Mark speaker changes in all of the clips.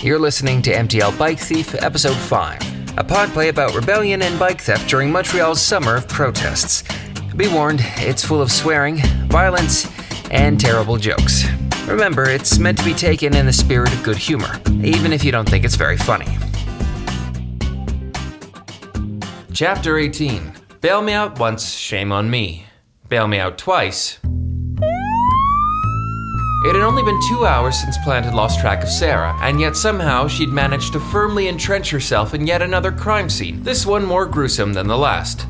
Speaker 1: You're listening to MTL Bike Thief, Episode 5, a podplay about rebellion and bike theft during Montreal's summer of protests. Be warned, it's full of swearing, violence, and terrible jokes. Remember, it's meant to be taken in the spirit of good humor, even if you don't think it's very funny. Chapter 18 Bail Me Out Once, Shame on Me. Bail Me Out Twice, it had only been two hours since Plant had lost track of Sarah, and yet somehow she'd managed to firmly entrench herself in yet another crime scene, this one more gruesome than the last.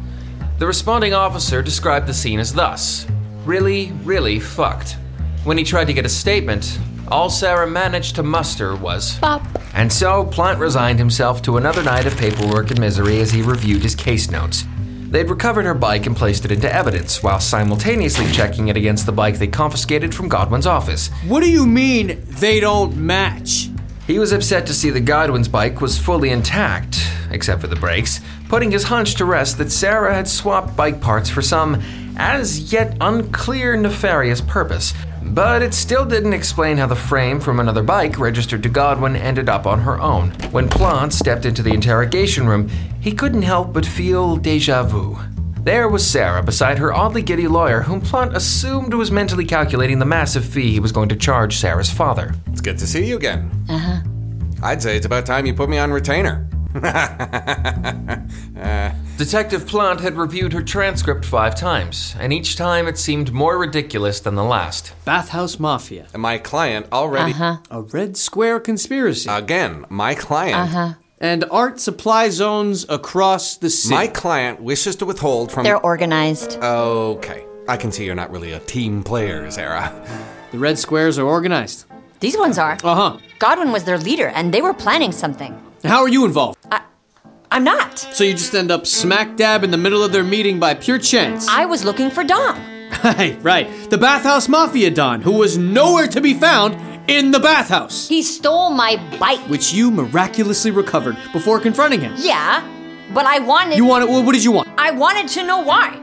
Speaker 1: The responding officer described the scene as thus really, really fucked. When he tried to get a statement, all Sarah managed to muster was
Speaker 2: Bop.
Speaker 1: And so Plant resigned himself to another night of paperwork and misery as he reviewed his case notes. They'd recovered her bike and placed it into evidence, while simultaneously checking it against the bike they confiscated from Godwin's office.
Speaker 3: What do you mean they don't match?
Speaker 1: He was upset to see that Godwin's bike was fully intact, except for the brakes, putting his hunch to rest that Sarah had swapped bike parts for some, as yet unclear, nefarious purpose. But it still didn't explain how the frame from another bike registered to Godwin ended up on her own. When Plant stepped into the interrogation room, he couldn't help but feel deja vu. There was Sarah beside her oddly giddy lawyer, whom Plant assumed was mentally calculating the massive fee he was going to charge Sarah's father.
Speaker 4: It's good to see you again. Uh huh. I'd say it's about time you put me on retainer.
Speaker 1: Detective Plant had reviewed her transcript five times, and each time it seemed more ridiculous than the last.
Speaker 3: Bathhouse Mafia.
Speaker 4: My client already.
Speaker 3: A Red Square conspiracy.
Speaker 4: Again, my client.
Speaker 3: and art supply zones across the city.
Speaker 4: My client wishes to withhold from.
Speaker 2: They're organized.
Speaker 4: okay. I can see you're not really a team player, Sarah.
Speaker 3: the Red Squares are organized.
Speaker 2: These ones are.
Speaker 3: Uh huh.
Speaker 2: Godwin was their leader, and they were planning something.
Speaker 3: How are you involved?
Speaker 2: I'm not.
Speaker 3: So you just end up smack dab in the middle of their meeting by pure chance.
Speaker 2: I was looking for Dom.
Speaker 3: Right, right. The bathhouse mafia don, who was nowhere to be found in the bathhouse,
Speaker 2: He stole my bike.
Speaker 3: which you miraculously recovered before confronting him.
Speaker 2: Yeah, but I wanted.
Speaker 3: You wanted. Well, what did you want?
Speaker 2: I wanted to know why.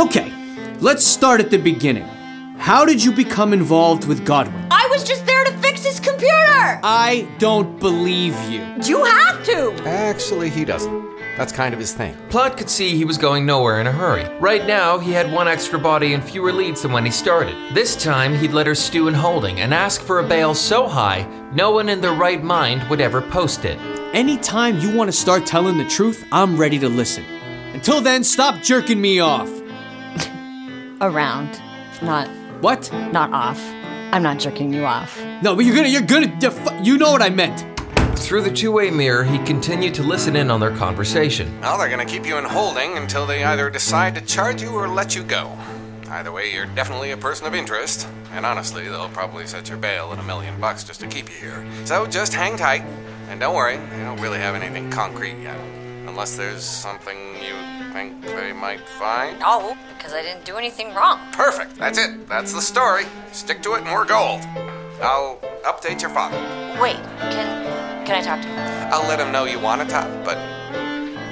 Speaker 3: Okay, let's start at the beginning. How did you become involved with Godwin?
Speaker 2: I was just there to fix his computer.
Speaker 3: I don't believe you.
Speaker 2: you have to.
Speaker 4: Actually, he doesn't. That's kind of his thing.
Speaker 1: Plant could see he was going nowhere in a hurry. Right now, he had one extra body and fewer leads than when he started. This time, he'd let her stew in holding and ask for a bail so high, no one in their right mind would ever post it.
Speaker 3: Anytime you want to start telling the truth, I'm ready to listen. Until then, stop jerking me off.
Speaker 2: Around, not
Speaker 3: What?
Speaker 2: not off. I'm not jerking you off.
Speaker 3: No, but you're gonna, you're gonna, def- you know what I meant.
Speaker 1: Through the two way mirror, he continued to listen in on their conversation.
Speaker 4: Well, they're gonna keep you in holding until they either decide to charge you or let you go. Either way, you're definitely a person of interest, and honestly, they'll probably set your bail at a million bucks just to keep you here. So just hang tight, and don't worry, they don't really have anything concrete yet. Unless there's something you think they might find.
Speaker 2: No, because I didn't do anything wrong.
Speaker 4: Perfect, that's it, that's the story. Stick to it, and we're gold. I'll update your father.
Speaker 2: Wait, can can I talk to him?
Speaker 4: I'll let him know you want to talk, but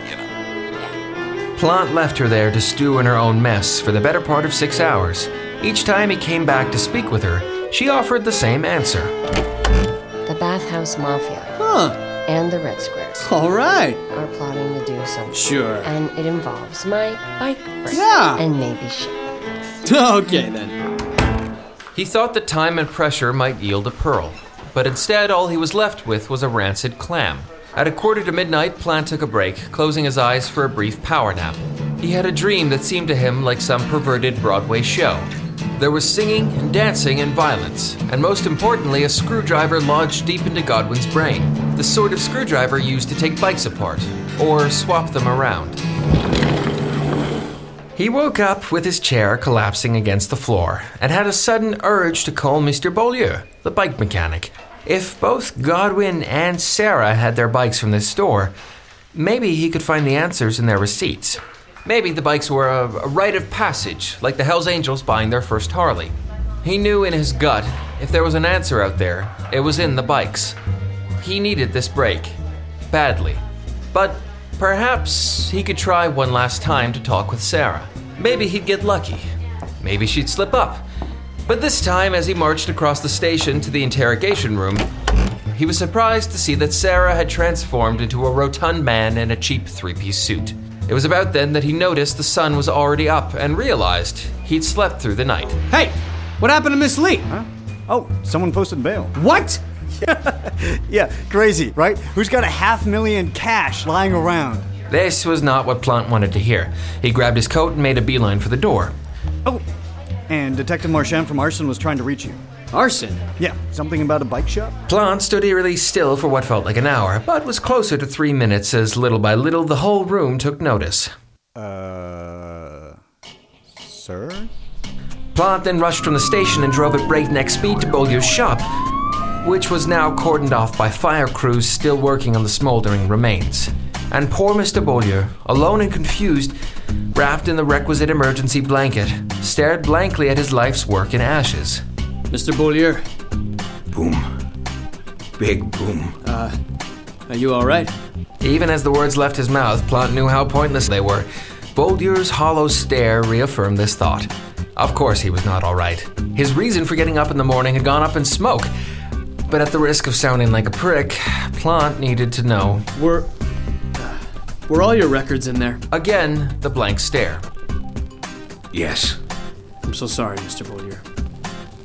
Speaker 4: you know.
Speaker 1: Plant left her there to stew in her own mess for the better part of six hours. Each time he came back to speak with her, she offered the same answer.
Speaker 5: The Bathhouse Mafia
Speaker 3: Huh,
Speaker 5: and the Red Squares
Speaker 3: all right.
Speaker 5: are plotting to do something.
Speaker 3: Sure.
Speaker 5: And it involves my bike break.
Speaker 3: Yeah.
Speaker 5: And maybe shit.
Speaker 3: Okay then.
Speaker 1: He thought that time and pressure might yield a pearl, but instead all he was left with was a rancid clam. At a quarter to midnight, Plant took a break, closing his eyes for a brief power nap. He had a dream that seemed to him like some perverted Broadway show. There was singing and dancing and violence, and most importantly, a screwdriver lodged deep into Godwin's brain, the sort of screwdriver used to take bikes apart or swap them around. He woke up with his chair collapsing against the floor and had a sudden urge to call Mr. Beaulieu, the bike mechanic. If both Godwin and Sarah had their bikes from this store, maybe he could find the answers in their receipts. Maybe the bikes were a, a rite of passage, like the Hells Angels buying their first Harley. He knew in his gut if there was an answer out there, it was in the bikes. He needed this break. Badly. But perhaps he could try one last time to talk with Sarah. Maybe he'd get lucky. Maybe she'd slip up. But this time, as he marched across the station to the interrogation room, he was surprised to see that Sarah had transformed into a rotund man in a cheap three piece suit. It was about then that he noticed the sun was already up and realized he'd slept through the night.
Speaker 3: Hey, what happened to Miss Lee?
Speaker 6: Oh, someone posted bail.
Speaker 3: What?
Speaker 6: Yeah, crazy, right? Who's got a half million cash lying around?
Speaker 1: This was not what Plant wanted to hear. He grabbed his coat and made a beeline for the door.
Speaker 6: Oh, and Detective Marchand from Arson was trying to reach you.
Speaker 3: Arson.
Speaker 6: Yeah, something about a bike shop?
Speaker 1: Plant stood eerily still for what felt like an hour, but was closer to three minutes as little by little the whole room took notice.
Speaker 6: Uh. Sir?
Speaker 1: Plant then rushed from the station and drove at breakneck speed to Beaulieu's shop, which was now cordoned off by fire crews still working on the smoldering remains. And poor Mr. Beaulieu, alone and confused, wrapped in the requisite emergency blanket, stared blankly at his life's work in ashes.
Speaker 3: Mr. Beaulieu,
Speaker 7: Boom. Big boom.
Speaker 3: are you all right?
Speaker 1: Even as the words left his mouth, Plant knew how pointless they were. Bouldier's hollow stare reaffirmed this thought. Of course, he was not all right. His reason for getting up in the morning had gone up in smoke. But at the risk of sounding like a prick, Plant needed to know.
Speaker 3: Were were all your records in there?
Speaker 1: Again, the blank stare.
Speaker 7: yes,
Speaker 3: I'm so sorry, Mr. Beaulieu.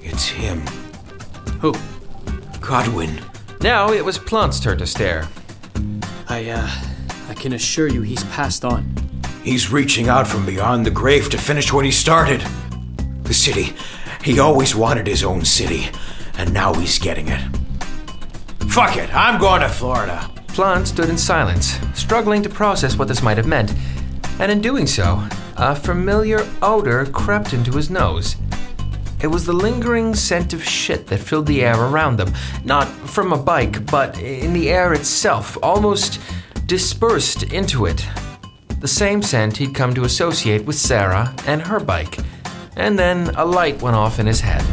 Speaker 7: it's him.
Speaker 3: Who?
Speaker 7: Godwin.
Speaker 1: Now it was Plant's turn to stare.
Speaker 3: I uh I can assure you he's passed on.
Speaker 7: He's reaching out from beyond the grave to finish what he started. The city. He always wanted his own city, and now he's getting it. Fuck it, I'm going to Florida.
Speaker 1: Plant stood in silence, struggling to process what this might have meant. And in doing so, a familiar odor crept into his nose. It was the lingering scent of shit that filled the air around them, not from a bike, but in the air itself, almost dispersed into it. The same scent he'd come to associate with Sarah and her bike. And then a light went off in his head.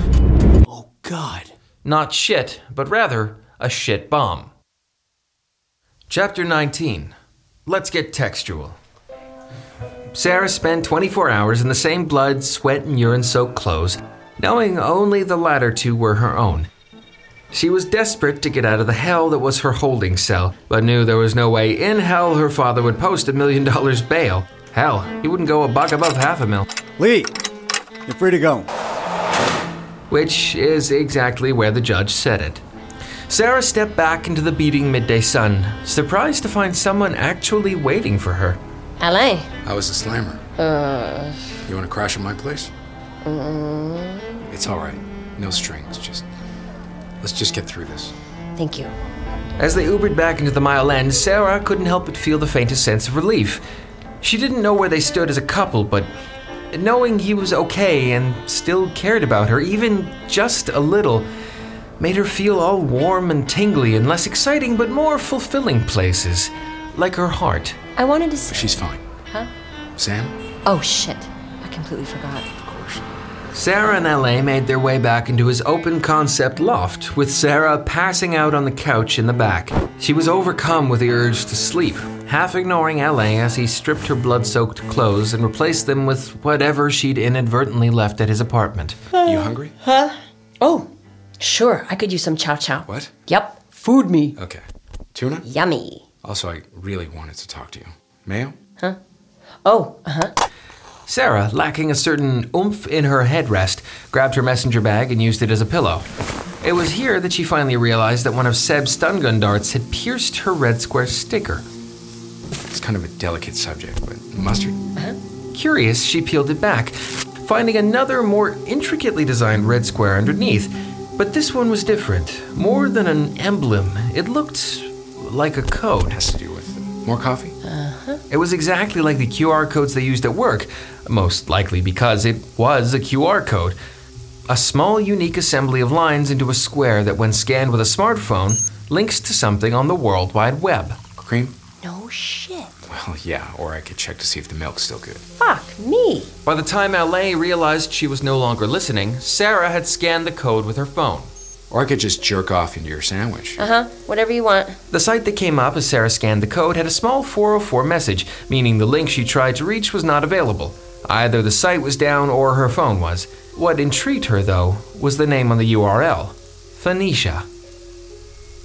Speaker 3: Oh god.
Speaker 1: Not shit, but rather a shit bomb. Chapter 19. Let's get textual. Sarah spent 24 hours in the same blood, sweat, and urine soaked clothes, knowing only the latter two were her own. She was desperate to get out of the hell that was her holding cell, but knew there was no way in hell her father would post a million dollars bail. Hell, he wouldn't go a buck above half a mil.
Speaker 6: Lee, you're free to go.
Speaker 1: which is exactly where the judge said it. Sarah stepped back into the beating midday sun, surprised to find someone actually waiting for her.
Speaker 5: Alain.
Speaker 8: I was the slammer. You want to crash at my place? It's all right. No strings. Just let's just get through this.
Speaker 5: Thank you.
Speaker 1: As they Ubered back into the Mile End, Sarah couldn't help but feel the faintest sense of relief. She didn't know where they stood as a couple, but knowing he was okay and still cared about her, even just a little, made her feel all warm and tingly in less exciting but more fulfilling places, like her heart.
Speaker 5: I wanted to see.
Speaker 8: She's fine. Huh? Sam?
Speaker 2: Oh, shit. I completely forgot.
Speaker 8: Of course.
Speaker 1: Sarah and LA made their way back into his open concept loft, with Sarah passing out on the couch in the back. She was overcome with the urge to sleep, half ignoring LA as he stripped her blood soaked clothes and replaced them with whatever she'd inadvertently left at his apartment.
Speaker 8: You hungry?
Speaker 5: Oh, sure. I could use some chow chow.
Speaker 8: What?
Speaker 5: Yep. Food me.
Speaker 8: Okay. Tuna?
Speaker 5: Yummy.
Speaker 8: Also, I really wanted to talk to you. Mayo?
Speaker 5: Oh, uh huh.
Speaker 1: Sarah, lacking a certain oomph in her headrest, grabbed her messenger bag and used it as a pillow. It was here that she finally realized that one of Seb's stun gun darts had pierced her red square sticker.
Speaker 8: It's kind of a delicate subject, but mustard?
Speaker 1: Uh-huh. Curious, she peeled it back, finding another more intricately designed red square underneath. But this one was different. More than an emblem, it looked like a code.
Speaker 8: Has to do with more coffee?
Speaker 1: It was exactly like the QR codes they used at work, most likely because it was a QR code. A small, unique assembly of lines into a square that, when scanned with a smartphone, links to something on the World Wide Web.
Speaker 8: Cream?
Speaker 5: No shit.
Speaker 8: Well, yeah, or I could check to see if the milk's still good.
Speaker 5: Fuck me.
Speaker 1: By the time LA realized she was no longer listening, Sarah had scanned the code with her phone.
Speaker 8: Or I could just jerk off into your sandwich.
Speaker 5: Uh huh. Whatever you want.
Speaker 1: The site that came up as Sarah scanned the code had a small 404 message, meaning the link she tried to reach was not available. Either the site was down or her phone was. What intrigued her, though, was the name on the URL Phoenicia.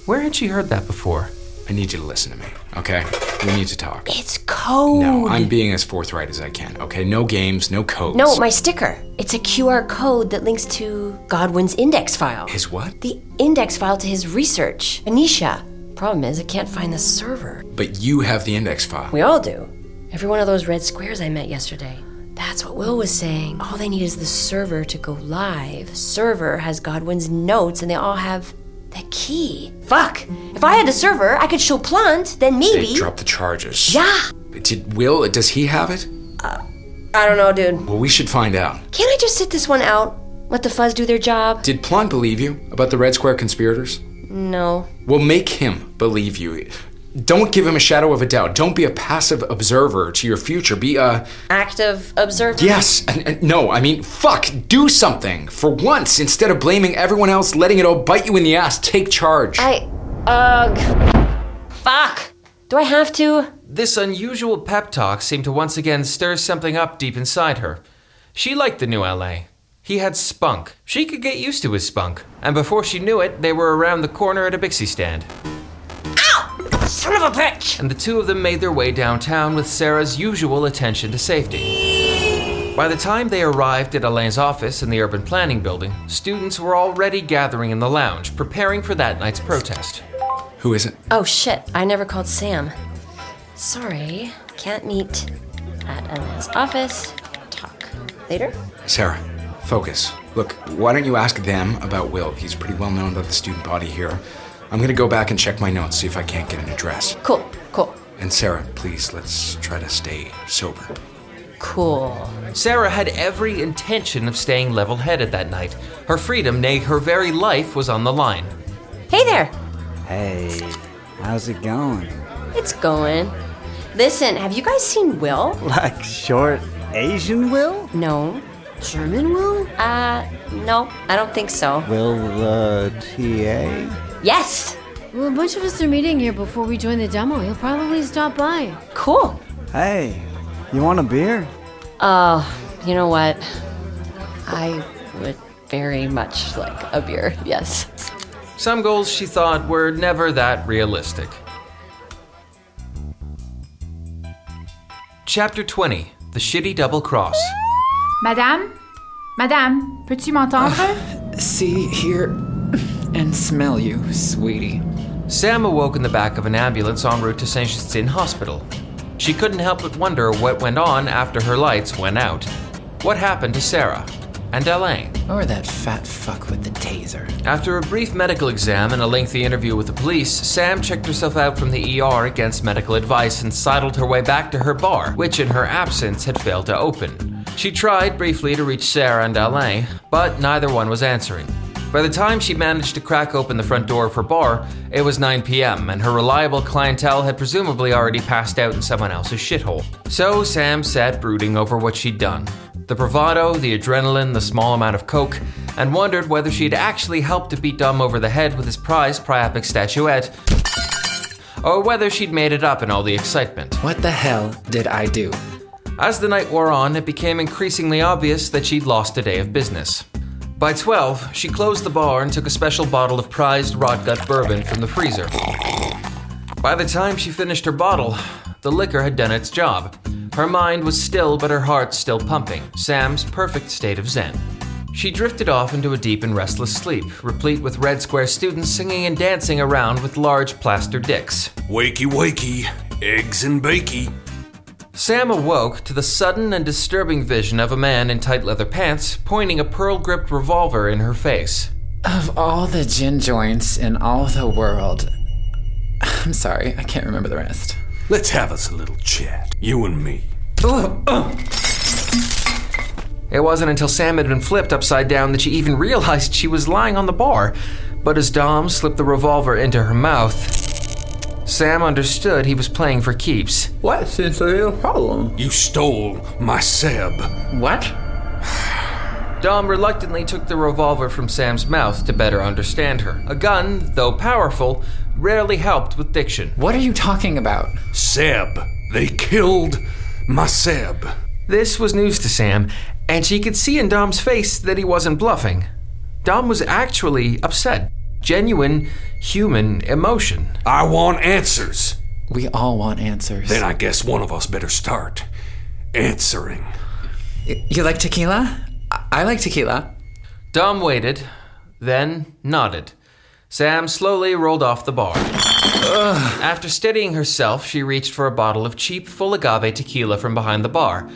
Speaker 1: Where had she heard that before?
Speaker 8: I need you to listen to me, okay? We need to talk.
Speaker 5: It's code.
Speaker 8: No, I'm being as forthright as I can, okay? No games, no codes.
Speaker 5: No, my sticker. It's a QR code that links to Godwin's index file.
Speaker 8: His what?
Speaker 5: The index file to his research. Anisha. Problem is, I can't find the server.
Speaker 8: But you have the index file.
Speaker 5: We all do. Every one of those red squares I met yesterday. That's what Will was saying. All they need is the server to go live. Server has Godwin's notes, and they all have the key. Fuck! If I had the server, I could show Plant, then
Speaker 8: They
Speaker 5: maybe.
Speaker 8: dropped the charges.
Speaker 5: yeah!
Speaker 8: Did Will, does he have it?
Speaker 5: I don't know, dude.
Speaker 8: Well, we should find out.
Speaker 5: Can't I just sit this one out? Let the fuzz do their job?
Speaker 8: Did Plon believe you about the Red Square conspirators?
Speaker 5: No.
Speaker 8: Well, make him believe you. Don't give him a shadow of a doubt. Don't be a passive observer to your future. Be a.
Speaker 5: Active observer?
Speaker 8: Yes! and- and no, I mean, fuck! Do something! For once, instead of blaming everyone else, letting it all bite you in the ass, take charge.
Speaker 5: I. Ugh. Fuck! Do I have to?
Speaker 1: This unusual pep talk seemed to once again stir something up deep inside her. She liked the new LA. He had spunk. She could get used to his spunk. And before she knew it, they were around the corner at a Bixie stand.
Speaker 5: Ow! Son of a bitch!
Speaker 1: and the two of them made their way downtown with Sarah's usual attention to safety. By the time they arrived at Elaine's office in the urban planning building, students were already gathering in the lounge, preparing for that night's protest.
Speaker 8: Who is it?
Speaker 5: Oh shit, I never called Sam. Sorry, can't meet at Ellen's office. Talk later.
Speaker 8: Sarah, focus. Look, why don't you ask them about Will? He's pretty well known by the student body here. I'm gonna go back and check my notes, see if I can't get an address.
Speaker 5: Cool, cool,
Speaker 8: And Sarah, please, let's try to stay sober.
Speaker 5: cool.
Speaker 1: Sarah had every intention of staying level headed that night. Her freedom, nay, her very life, was on the line.
Speaker 5: Hey there,
Speaker 6: Hey, how's it going?
Speaker 5: it's going. Listen, have you guys seen Will?
Speaker 6: Like short Asian Will?
Speaker 5: No.
Speaker 2: German will?
Speaker 5: Uh, no, I don't think so.
Speaker 6: Will uh, TA?
Speaker 5: Yes!
Speaker 2: Well, a bunch of us are meeting here before we join the demo. He'll probably stop by.
Speaker 5: Cool.
Speaker 6: Hey, you want a beer?
Speaker 5: Uh, you know what? I would very much like a beer, yes.
Speaker 1: Some goals she thought were never that realistic. Chapter 20 The Shitty Double Cross.
Speaker 9: Madame Madame, peux-tu m'entendre?
Speaker 10: Ah, See, hear, and smell you, sweetie.
Speaker 1: Sam awoke in the back of an ambulance en route to St. Justine Hospital. She couldn't help but wonder what went on after her lights went out. What happened to Sarah and Elaine?
Speaker 10: Or that fat fuck with the taser.
Speaker 1: After a brief medical exam and a lengthy interview with the police, Sam checked herself out from the ER against medical advice and sidled her way back to her bar, which in her absence had failed to open. She tried briefly to reach Sarah and Alain, but neither one was answering. By the time she managed to crack open the front door of her bar, it was 9 p.m., and her reliable clientele had presumably already passed out in someone else's shithole. So Sam sat brooding over what she'd done the bravado, the adrenaline, the small amount of coke, and wondered whether she'd actually helped to beat Dom over the head with his prized priapic statuette, or whether she'd made it up in all the excitement.
Speaker 10: What the hell did I do?
Speaker 1: As the night wore on, it became increasingly obvious that she'd lost a day of business. By 12, she closed the bar and took a special bottle of prized rotgut bourbon from the freezer. By the time she finished her bottle, the liquor had done its job. Her mind was still, but her heart still pumping, Sam's perfect state of zen. She drifted off into a deep and restless sleep, replete with Red Square students singing and dancing around with large plaster dicks.
Speaker 7: Wakey, wakey, eggs and bakey.
Speaker 1: Sam awoke to the sudden and disturbing vision of a man in tight leather pants pointing a pearl gripped revolver in her face.
Speaker 10: Of all the gin joints in all the world. I'm sorry, I can't remember the rest.
Speaker 7: Let's have us a little chat, you and me.
Speaker 1: It wasn't until Sam had been flipped upside down that she even realized she was lying on the bar. But as Dom slipped the revolver into her mouth, Sam understood he was playing for keeps.
Speaker 10: What is the real problem?
Speaker 7: You stole my Seb.
Speaker 10: What?
Speaker 1: Dom reluctantly took the revolver from Sam's mouth to better understand her. A gun, though powerful, rarely helped with diction.
Speaker 10: What are you talking about?
Speaker 7: Seb. They killed my Seb.
Speaker 1: This was news to Sam, and she could see in Dom's face that he wasn't bluffing. Dom was actually upset. genuine human emotion.
Speaker 11: I want answers.
Speaker 10: We all want answers.
Speaker 11: Then I guess one of us better start answering.
Speaker 10: Y- You like tequila? I-, I like tequila.
Speaker 1: Dom waited, then nodded. Sam slowly rolled off the bar. After steadying herself, she reached for a bottle of cheap full agave tequila from behind the bar.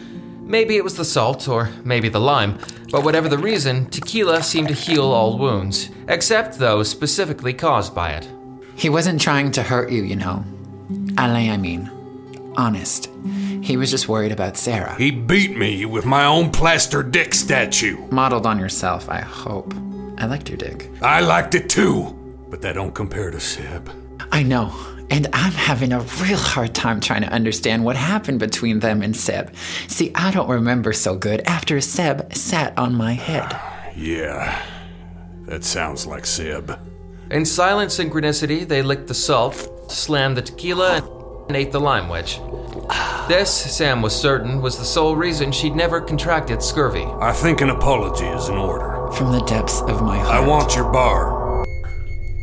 Speaker 1: Maybe it was the salt, or maybe the lime, but whatever the reason, tequila seemed to heal all wounds, except those specifically caused by it.
Speaker 10: He wasn't trying to hurt you, you know. Alain, I mean. Honest. He was just worried about Sarah.
Speaker 11: He beat me with my own plaster dick statue.
Speaker 10: Modeled on yourself, I hope. I liked your dick.
Speaker 11: I liked it too, but that don't compare to Sib.
Speaker 10: I know. And I'm having a real hard time trying to understand what happened between them and Seb. See, I don't remember so good after Seb sat on my head.
Speaker 11: Yeah, that sounds like Sib.
Speaker 1: In silent synchronicity, they licked the salt, slammed the tequila, and ate the lime wedge. This, Sam was certain, was the sole reason she'd never contracted scurvy.
Speaker 11: I think an apology is in order.
Speaker 10: From the depths of my
Speaker 11: I
Speaker 10: heart.
Speaker 11: want your bar.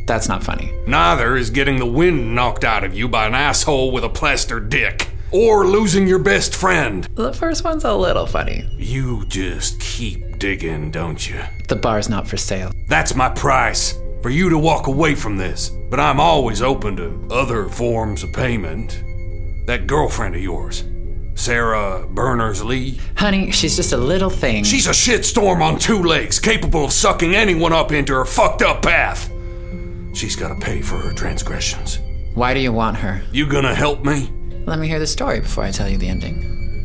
Speaker 10: That's not funny.
Speaker 11: Neither is getting the wind knocked out of you by an asshole with a plaster dick, or losing your best friend.
Speaker 10: The first one's a little funny.
Speaker 11: You just keep digging, don't you?
Speaker 10: The bar's not for sale.
Speaker 11: That's my price for you to walk away from this. But I'm always open to other forms of payment. That girlfriend of yours, Sarah Berners Lee,
Speaker 10: Honey, she's just a little thing.
Speaker 11: she's a shitstorm on two legs, capable of sucking anyone up into her fucked up path. She's gotta pay for her transgressions.
Speaker 10: Why do you want her?
Speaker 11: You gonna help me?
Speaker 10: Let me hear the story before I tell you the ending.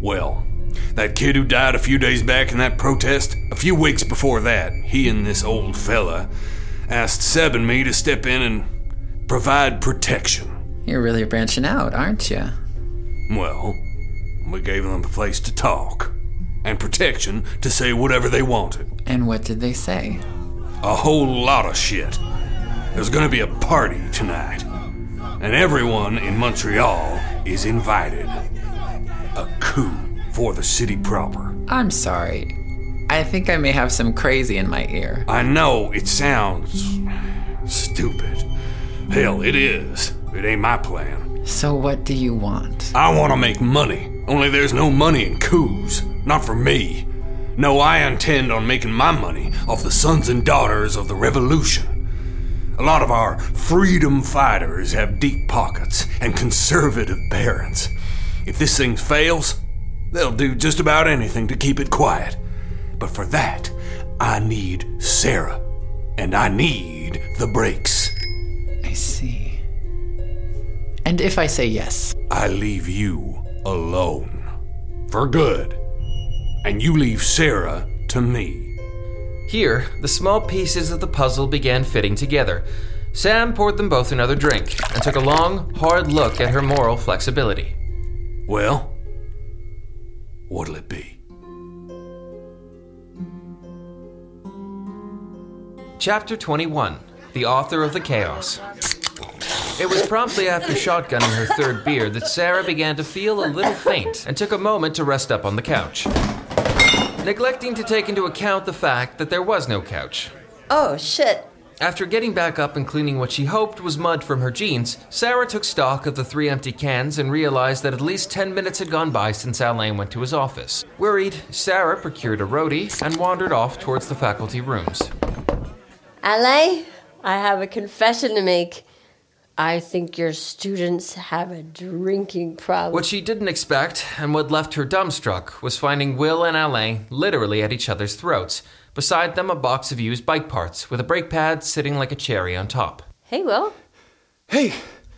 Speaker 11: Well, that kid who died a few days back in that protest, a few weeks before that, he and this old fella asked Seb and me to step in and provide protection.
Speaker 10: You're really branching out, aren't you?
Speaker 11: Well, we gave them a place to talk and protection to say whatever they wanted.
Speaker 10: And what did they say?
Speaker 11: A whole lot of shit. There's gonna be a party tonight, and everyone in Montreal is invited. A coup for the city proper.
Speaker 10: I'm sorry. I think I may have some crazy in my ear.
Speaker 11: I know it sounds stupid. Hell, it is. It ain't my plan.
Speaker 10: So, what do you want?
Speaker 11: I want to make money, only there's no money in coups. Not for me. No, I intend on making my money off the sons and daughters of the revolution. A lot of our freedom fighters have deep pockets and conservative parents. If this thing fails, they'll do just about anything to keep it quiet. But for that, I need Sarah. And I need the brakes.
Speaker 10: I see. And if I say yes,
Speaker 11: I leave you alone. For good. And you leave Sarah to me.
Speaker 1: Here, the small pieces of the puzzle began fitting together. Sam poured them both another drink and took a long, hard look at her moral flexibility.
Speaker 11: Well, what'll it be?
Speaker 1: Chapter 21 The Author of the Chaos. It was promptly after shotgunning her third beer that Sarah began to feel a little faint and took a moment to rest up on the couch, neglecting to take into account the fact that there was no couch.
Speaker 5: Oh, shit.
Speaker 1: After getting back up and cleaning what she hoped was mud from her jeans, Sarah took stock of the three empty cans and realized that at least 10 minutes had gone by since Alain went to his office. Worried, Sarah procured a roadie and wandered off towards the faculty rooms.
Speaker 5: Alain, I have a confession to make. I think your students have a drinking problem.
Speaker 1: What she didn't expect, and what left her dumbstruck, was finding Will and Alain literally at each other's throats. Beside them, a box of used bike parts, with a brake pad sitting like a cherry on top.
Speaker 5: Hey, Will.
Speaker 1: Hey!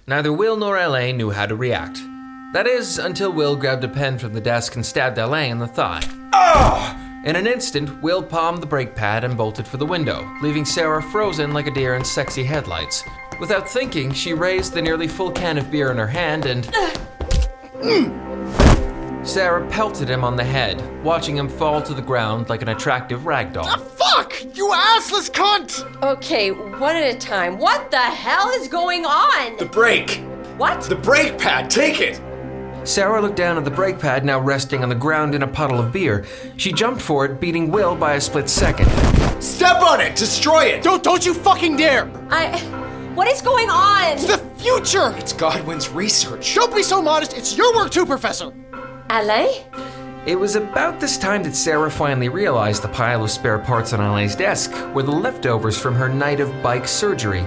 Speaker 1: Neither Will nor Alain knew how to react. That is, until Will grabbed a pen from the desk and stabbed Alain in the thigh. In an instant, Will palmed the brake pad and bolted for the window, leaving Sarah frozen like a deer in sexy headlights. Without thinking, she raised the nearly full can of beer in her hand and. Sarah pelted him on the head, watching him fall to the ground like an attractive rag doll.
Speaker 5: Fuck! You assless cunt! Okay, one at a time. What the hell is going on? The
Speaker 7: brake!
Speaker 5: What? The
Speaker 7: brake pad, take it!
Speaker 1: Sarah looked down at the brake pad now resting on the ground in a puddle of beer. She jumped for it, beating Will by a split second.
Speaker 7: Step on it! Destroy it!
Speaker 12: Don't don't you fucking dare!
Speaker 5: I. What is going on?
Speaker 12: It's the future! It's
Speaker 8: Godwin's research.
Speaker 12: Don't be so modest. It's your work too, Professor.
Speaker 5: Alain?
Speaker 1: It was about this time that Sarah finally realized the pile of spare parts on Alain's desk were the leftovers from her night of bike surgery.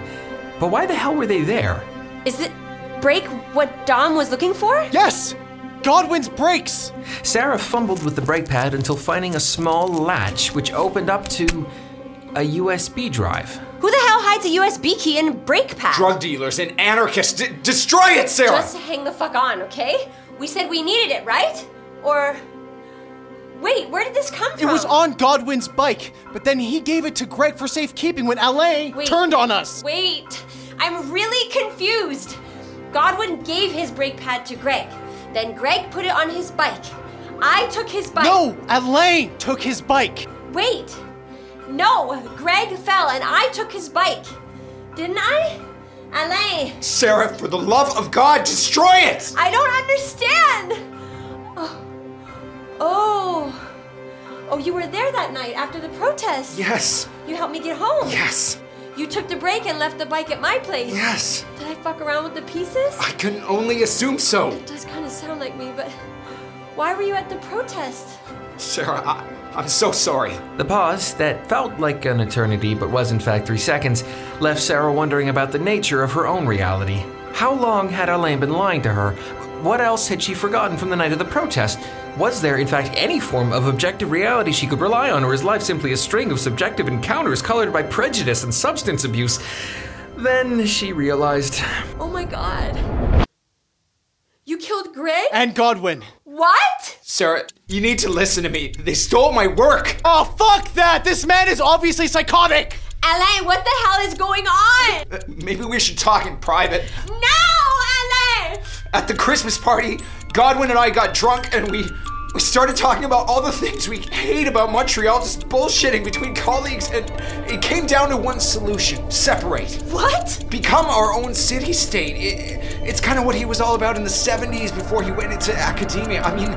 Speaker 1: But why the hell were they there?
Speaker 5: Is it break what Dom was looking for?
Speaker 12: Yes! Godwin's brakes!
Speaker 1: Sarah fumbled with the brake pad until finding a small latch which opened up to a USB drive.
Speaker 5: Who the hell hides a USB key in a brake pad?
Speaker 7: Drug dealers and anarchists! D- destroy it, Sarah!
Speaker 5: Just hang the fuck on, okay? We said we needed it, right? Or. Wait, where did this come
Speaker 12: It
Speaker 5: from?
Speaker 12: was on Godwin's bike, but then he gave it to Greg for safekeeping when Alain turned on us.
Speaker 5: Wait, I'm really confused. Godwin gave his brake pad to Greg. Then Greg put it on his bike. I took his bike.
Speaker 12: No, Alain took his bike.
Speaker 5: Wait! No! Greg fell and I took his bike. Didn't I? Alain,
Speaker 7: Sarah, for the love of God, destroy it!
Speaker 5: I don't understand! Oh. oh. Oh, you were there that night after the protest.
Speaker 7: Yes.
Speaker 5: You helped me get home.
Speaker 7: Yes.
Speaker 5: You took the break and left the bike at my place.
Speaker 7: Yes.
Speaker 5: Did I fuck around with the pieces?
Speaker 7: I can only assume so.
Speaker 5: It does kind of sound like me, but why were you at the protest?
Speaker 7: Sarah, I, I'm so sorry.
Speaker 1: The pause, that felt like an eternity but was in fact three seconds, left Sarah wondering about the nature of her own reality. How long had Elaine been lying to her? What else had she forgotten from the night of the protest? Was there, in fact, any form of objective reality she could rely on, or is life simply a string of subjective encounters colored by prejudice and substance abuse? Then she realized.
Speaker 5: Oh my god. You killed Greg?
Speaker 12: And Godwin.
Speaker 5: What?
Speaker 7: Sarah, you need to listen to me. They stole my work.
Speaker 12: Oh, fuck that! This man is obviously psychotic!
Speaker 5: Alain, what the hell is going on?
Speaker 7: Uh, Maybe we should talk in private.
Speaker 5: No, Alain!
Speaker 7: At the Christmas party, Godwin and I got drunk and we we started talking about all the things we hate about Montreal, just bullshitting between colleagues, and it came down to one solution: separate.
Speaker 5: What?
Speaker 7: Become our own city-state. I- it's kind of what he was all about in the '70s before he went into academia. I mean,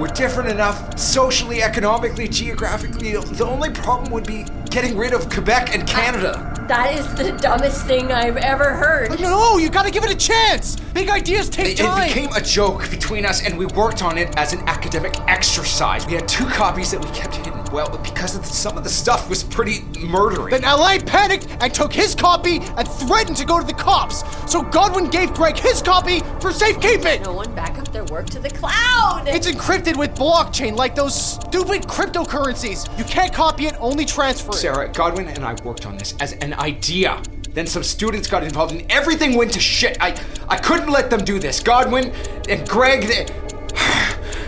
Speaker 7: we're different enough socially, economically, geographically. The only problem would be getting rid of Quebec and Canada.
Speaker 5: That is the dumbest thing I've ever heard.
Speaker 12: No, you gotta give it a chance! Big ideas take
Speaker 7: It,
Speaker 12: time!
Speaker 7: it became a joke between us, and we worked on it as an academic exercise. We had two copies that we kept hidden. Well, because of the, some of the stuff was pretty murdering.
Speaker 12: Then LA panicked and took his copy and threatened to go to the cops. So Godwin gave Greg his copy for safekeeping.
Speaker 5: No one back up their work to the cloud.
Speaker 12: It's encrypted with blockchain like those stupid cryptocurrencies. You can't copy it, only transfer it.
Speaker 7: Sarah, Godwin and I worked on this as an idea. Then some students got involved, and everything went to shit. I, I couldn't let them do this. Godwin and Greg, they,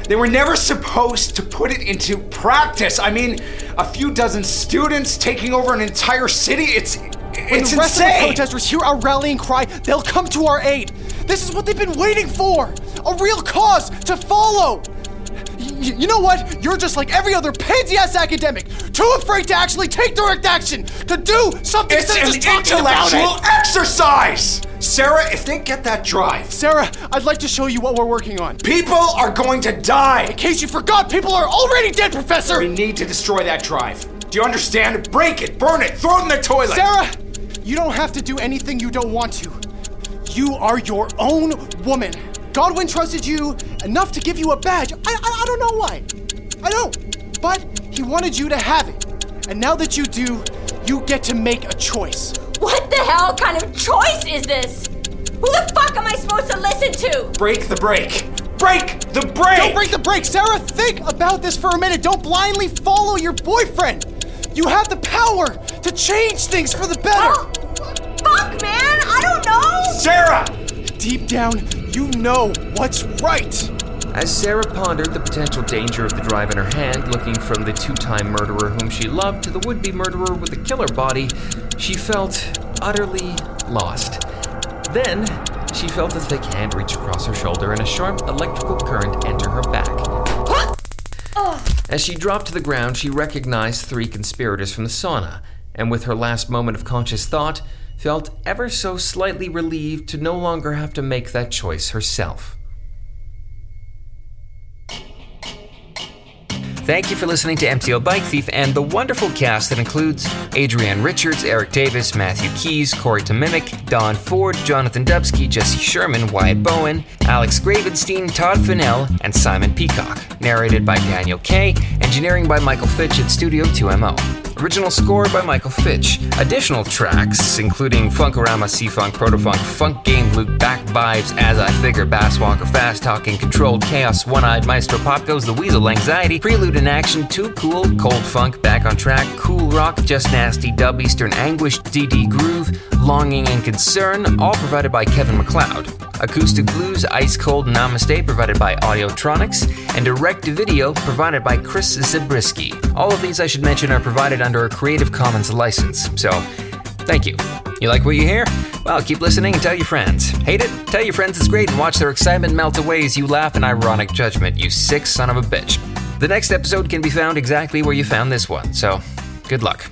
Speaker 7: they were never supposed to put it into practice. I mean, a few dozen students taking over an entire city. It's,
Speaker 12: When
Speaker 7: it's
Speaker 12: the rest of the
Speaker 7: insane.
Speaker 12: protesters hear our rallying cry, they'll come to our aid. This is what they've been waiting for a real cause to follow. Y- you know what? You're just like every other pansy ass academic, too afraid to actually take direct action, to do something
Speaker 7: It's
Speaker 12: instead of
Speaker 7: an
Speaker 12: just talking about it.
Speaker 7: intellectual exercise! Sarah, if they get that drive,
Speaker 12: Sarah, I'd like to show you what we're working on.
Speaker 7: people are going to die!
Speaker 12: In case you forgot, people are already dead, Professor!
Speaker 7: We need to destroy that drive. Do you understand? Break it, burn it, throw it in the toilet!
Speaker 12: Sarah, you don't have to do anything you don't want to. You are your own woman. Godwin trusted you enough to give you a badge. I, I, I don't know why. I don't. But he wanted you to have it. And now that you do, you get to make a choice.
Speaker 5: What the hell kind of choice is this? Who the fuck am I supposed to listen to?
Speaker 7: Break the brake! Break the brake!
Speaker 12: Don't break the brake, Sarah. Think about this for a minute. Don't blindly follow your boyfriend. You have the power to change things for the better.
Speaker 5: Fuck, man! I don't know!
Speaker 7: Sarah!
Speaker 12: Deep down, you know what's right.
Speaker 1: As Sarah pondered the potential danger of the drive in her hand, looking from the two time murderer whom she loved to the would be murderer with a killer body, she felt utterly lost. Then, she felt a thick hand reach across her shoulder and a sharp electrical current enter her back. As she dropped to the ground, she recognized three conspirators from the sauna, and with her last moment of conscious thought, felt ever so slightly relieved to no longer have to make that choice herself.
Speaker 13: Thank you for listening to MTO Bike Thief and the wonderful cast that includes Adrienne Richards, Eric Davis, Matthew Keys, Corey Tomimic, Don Ford, Jonathan Dubsky, Jesse Sherman, Wyatt Bowen, Alex Gravenstein, Todd Fennell, and Simon Peacock. Narrated by Daniel Kay, engineering by Michael Fitch at Studio 2MO. Original score by Michael Fitch. Additional tracks, including Funkorama, C-Funk, Protofunk, Funk Game, Luke, Back Vibes, As I Figure, Bass Walker, Fast Talking, Controlled Chaos, One Eyed Maestro, Pop Goes the Weasel, Anxiety, Prelude in Action, Too Cool, Cold Funk, Back on Track, Cool Rock, Just Nasty, Dub Eastern, Anguish, DD Groove, Longing and Concern, all provided by Kevin McLeod. Acoustic Blues, Ice Cold Namaste, provided by Audiotronics, and Direct to Video, provided by Chris Zabriskie. All of these, I should mention, are provided under a Creative Commons license, so thank you. You like what you hear? Well, keep listening and tell your friends. Hate it? Tell your friends it's great and watch their excitement melt away as you laugh in ironic judgment, you sick son of a bitch. The next episode can be found exactly where you found this one, so good luck.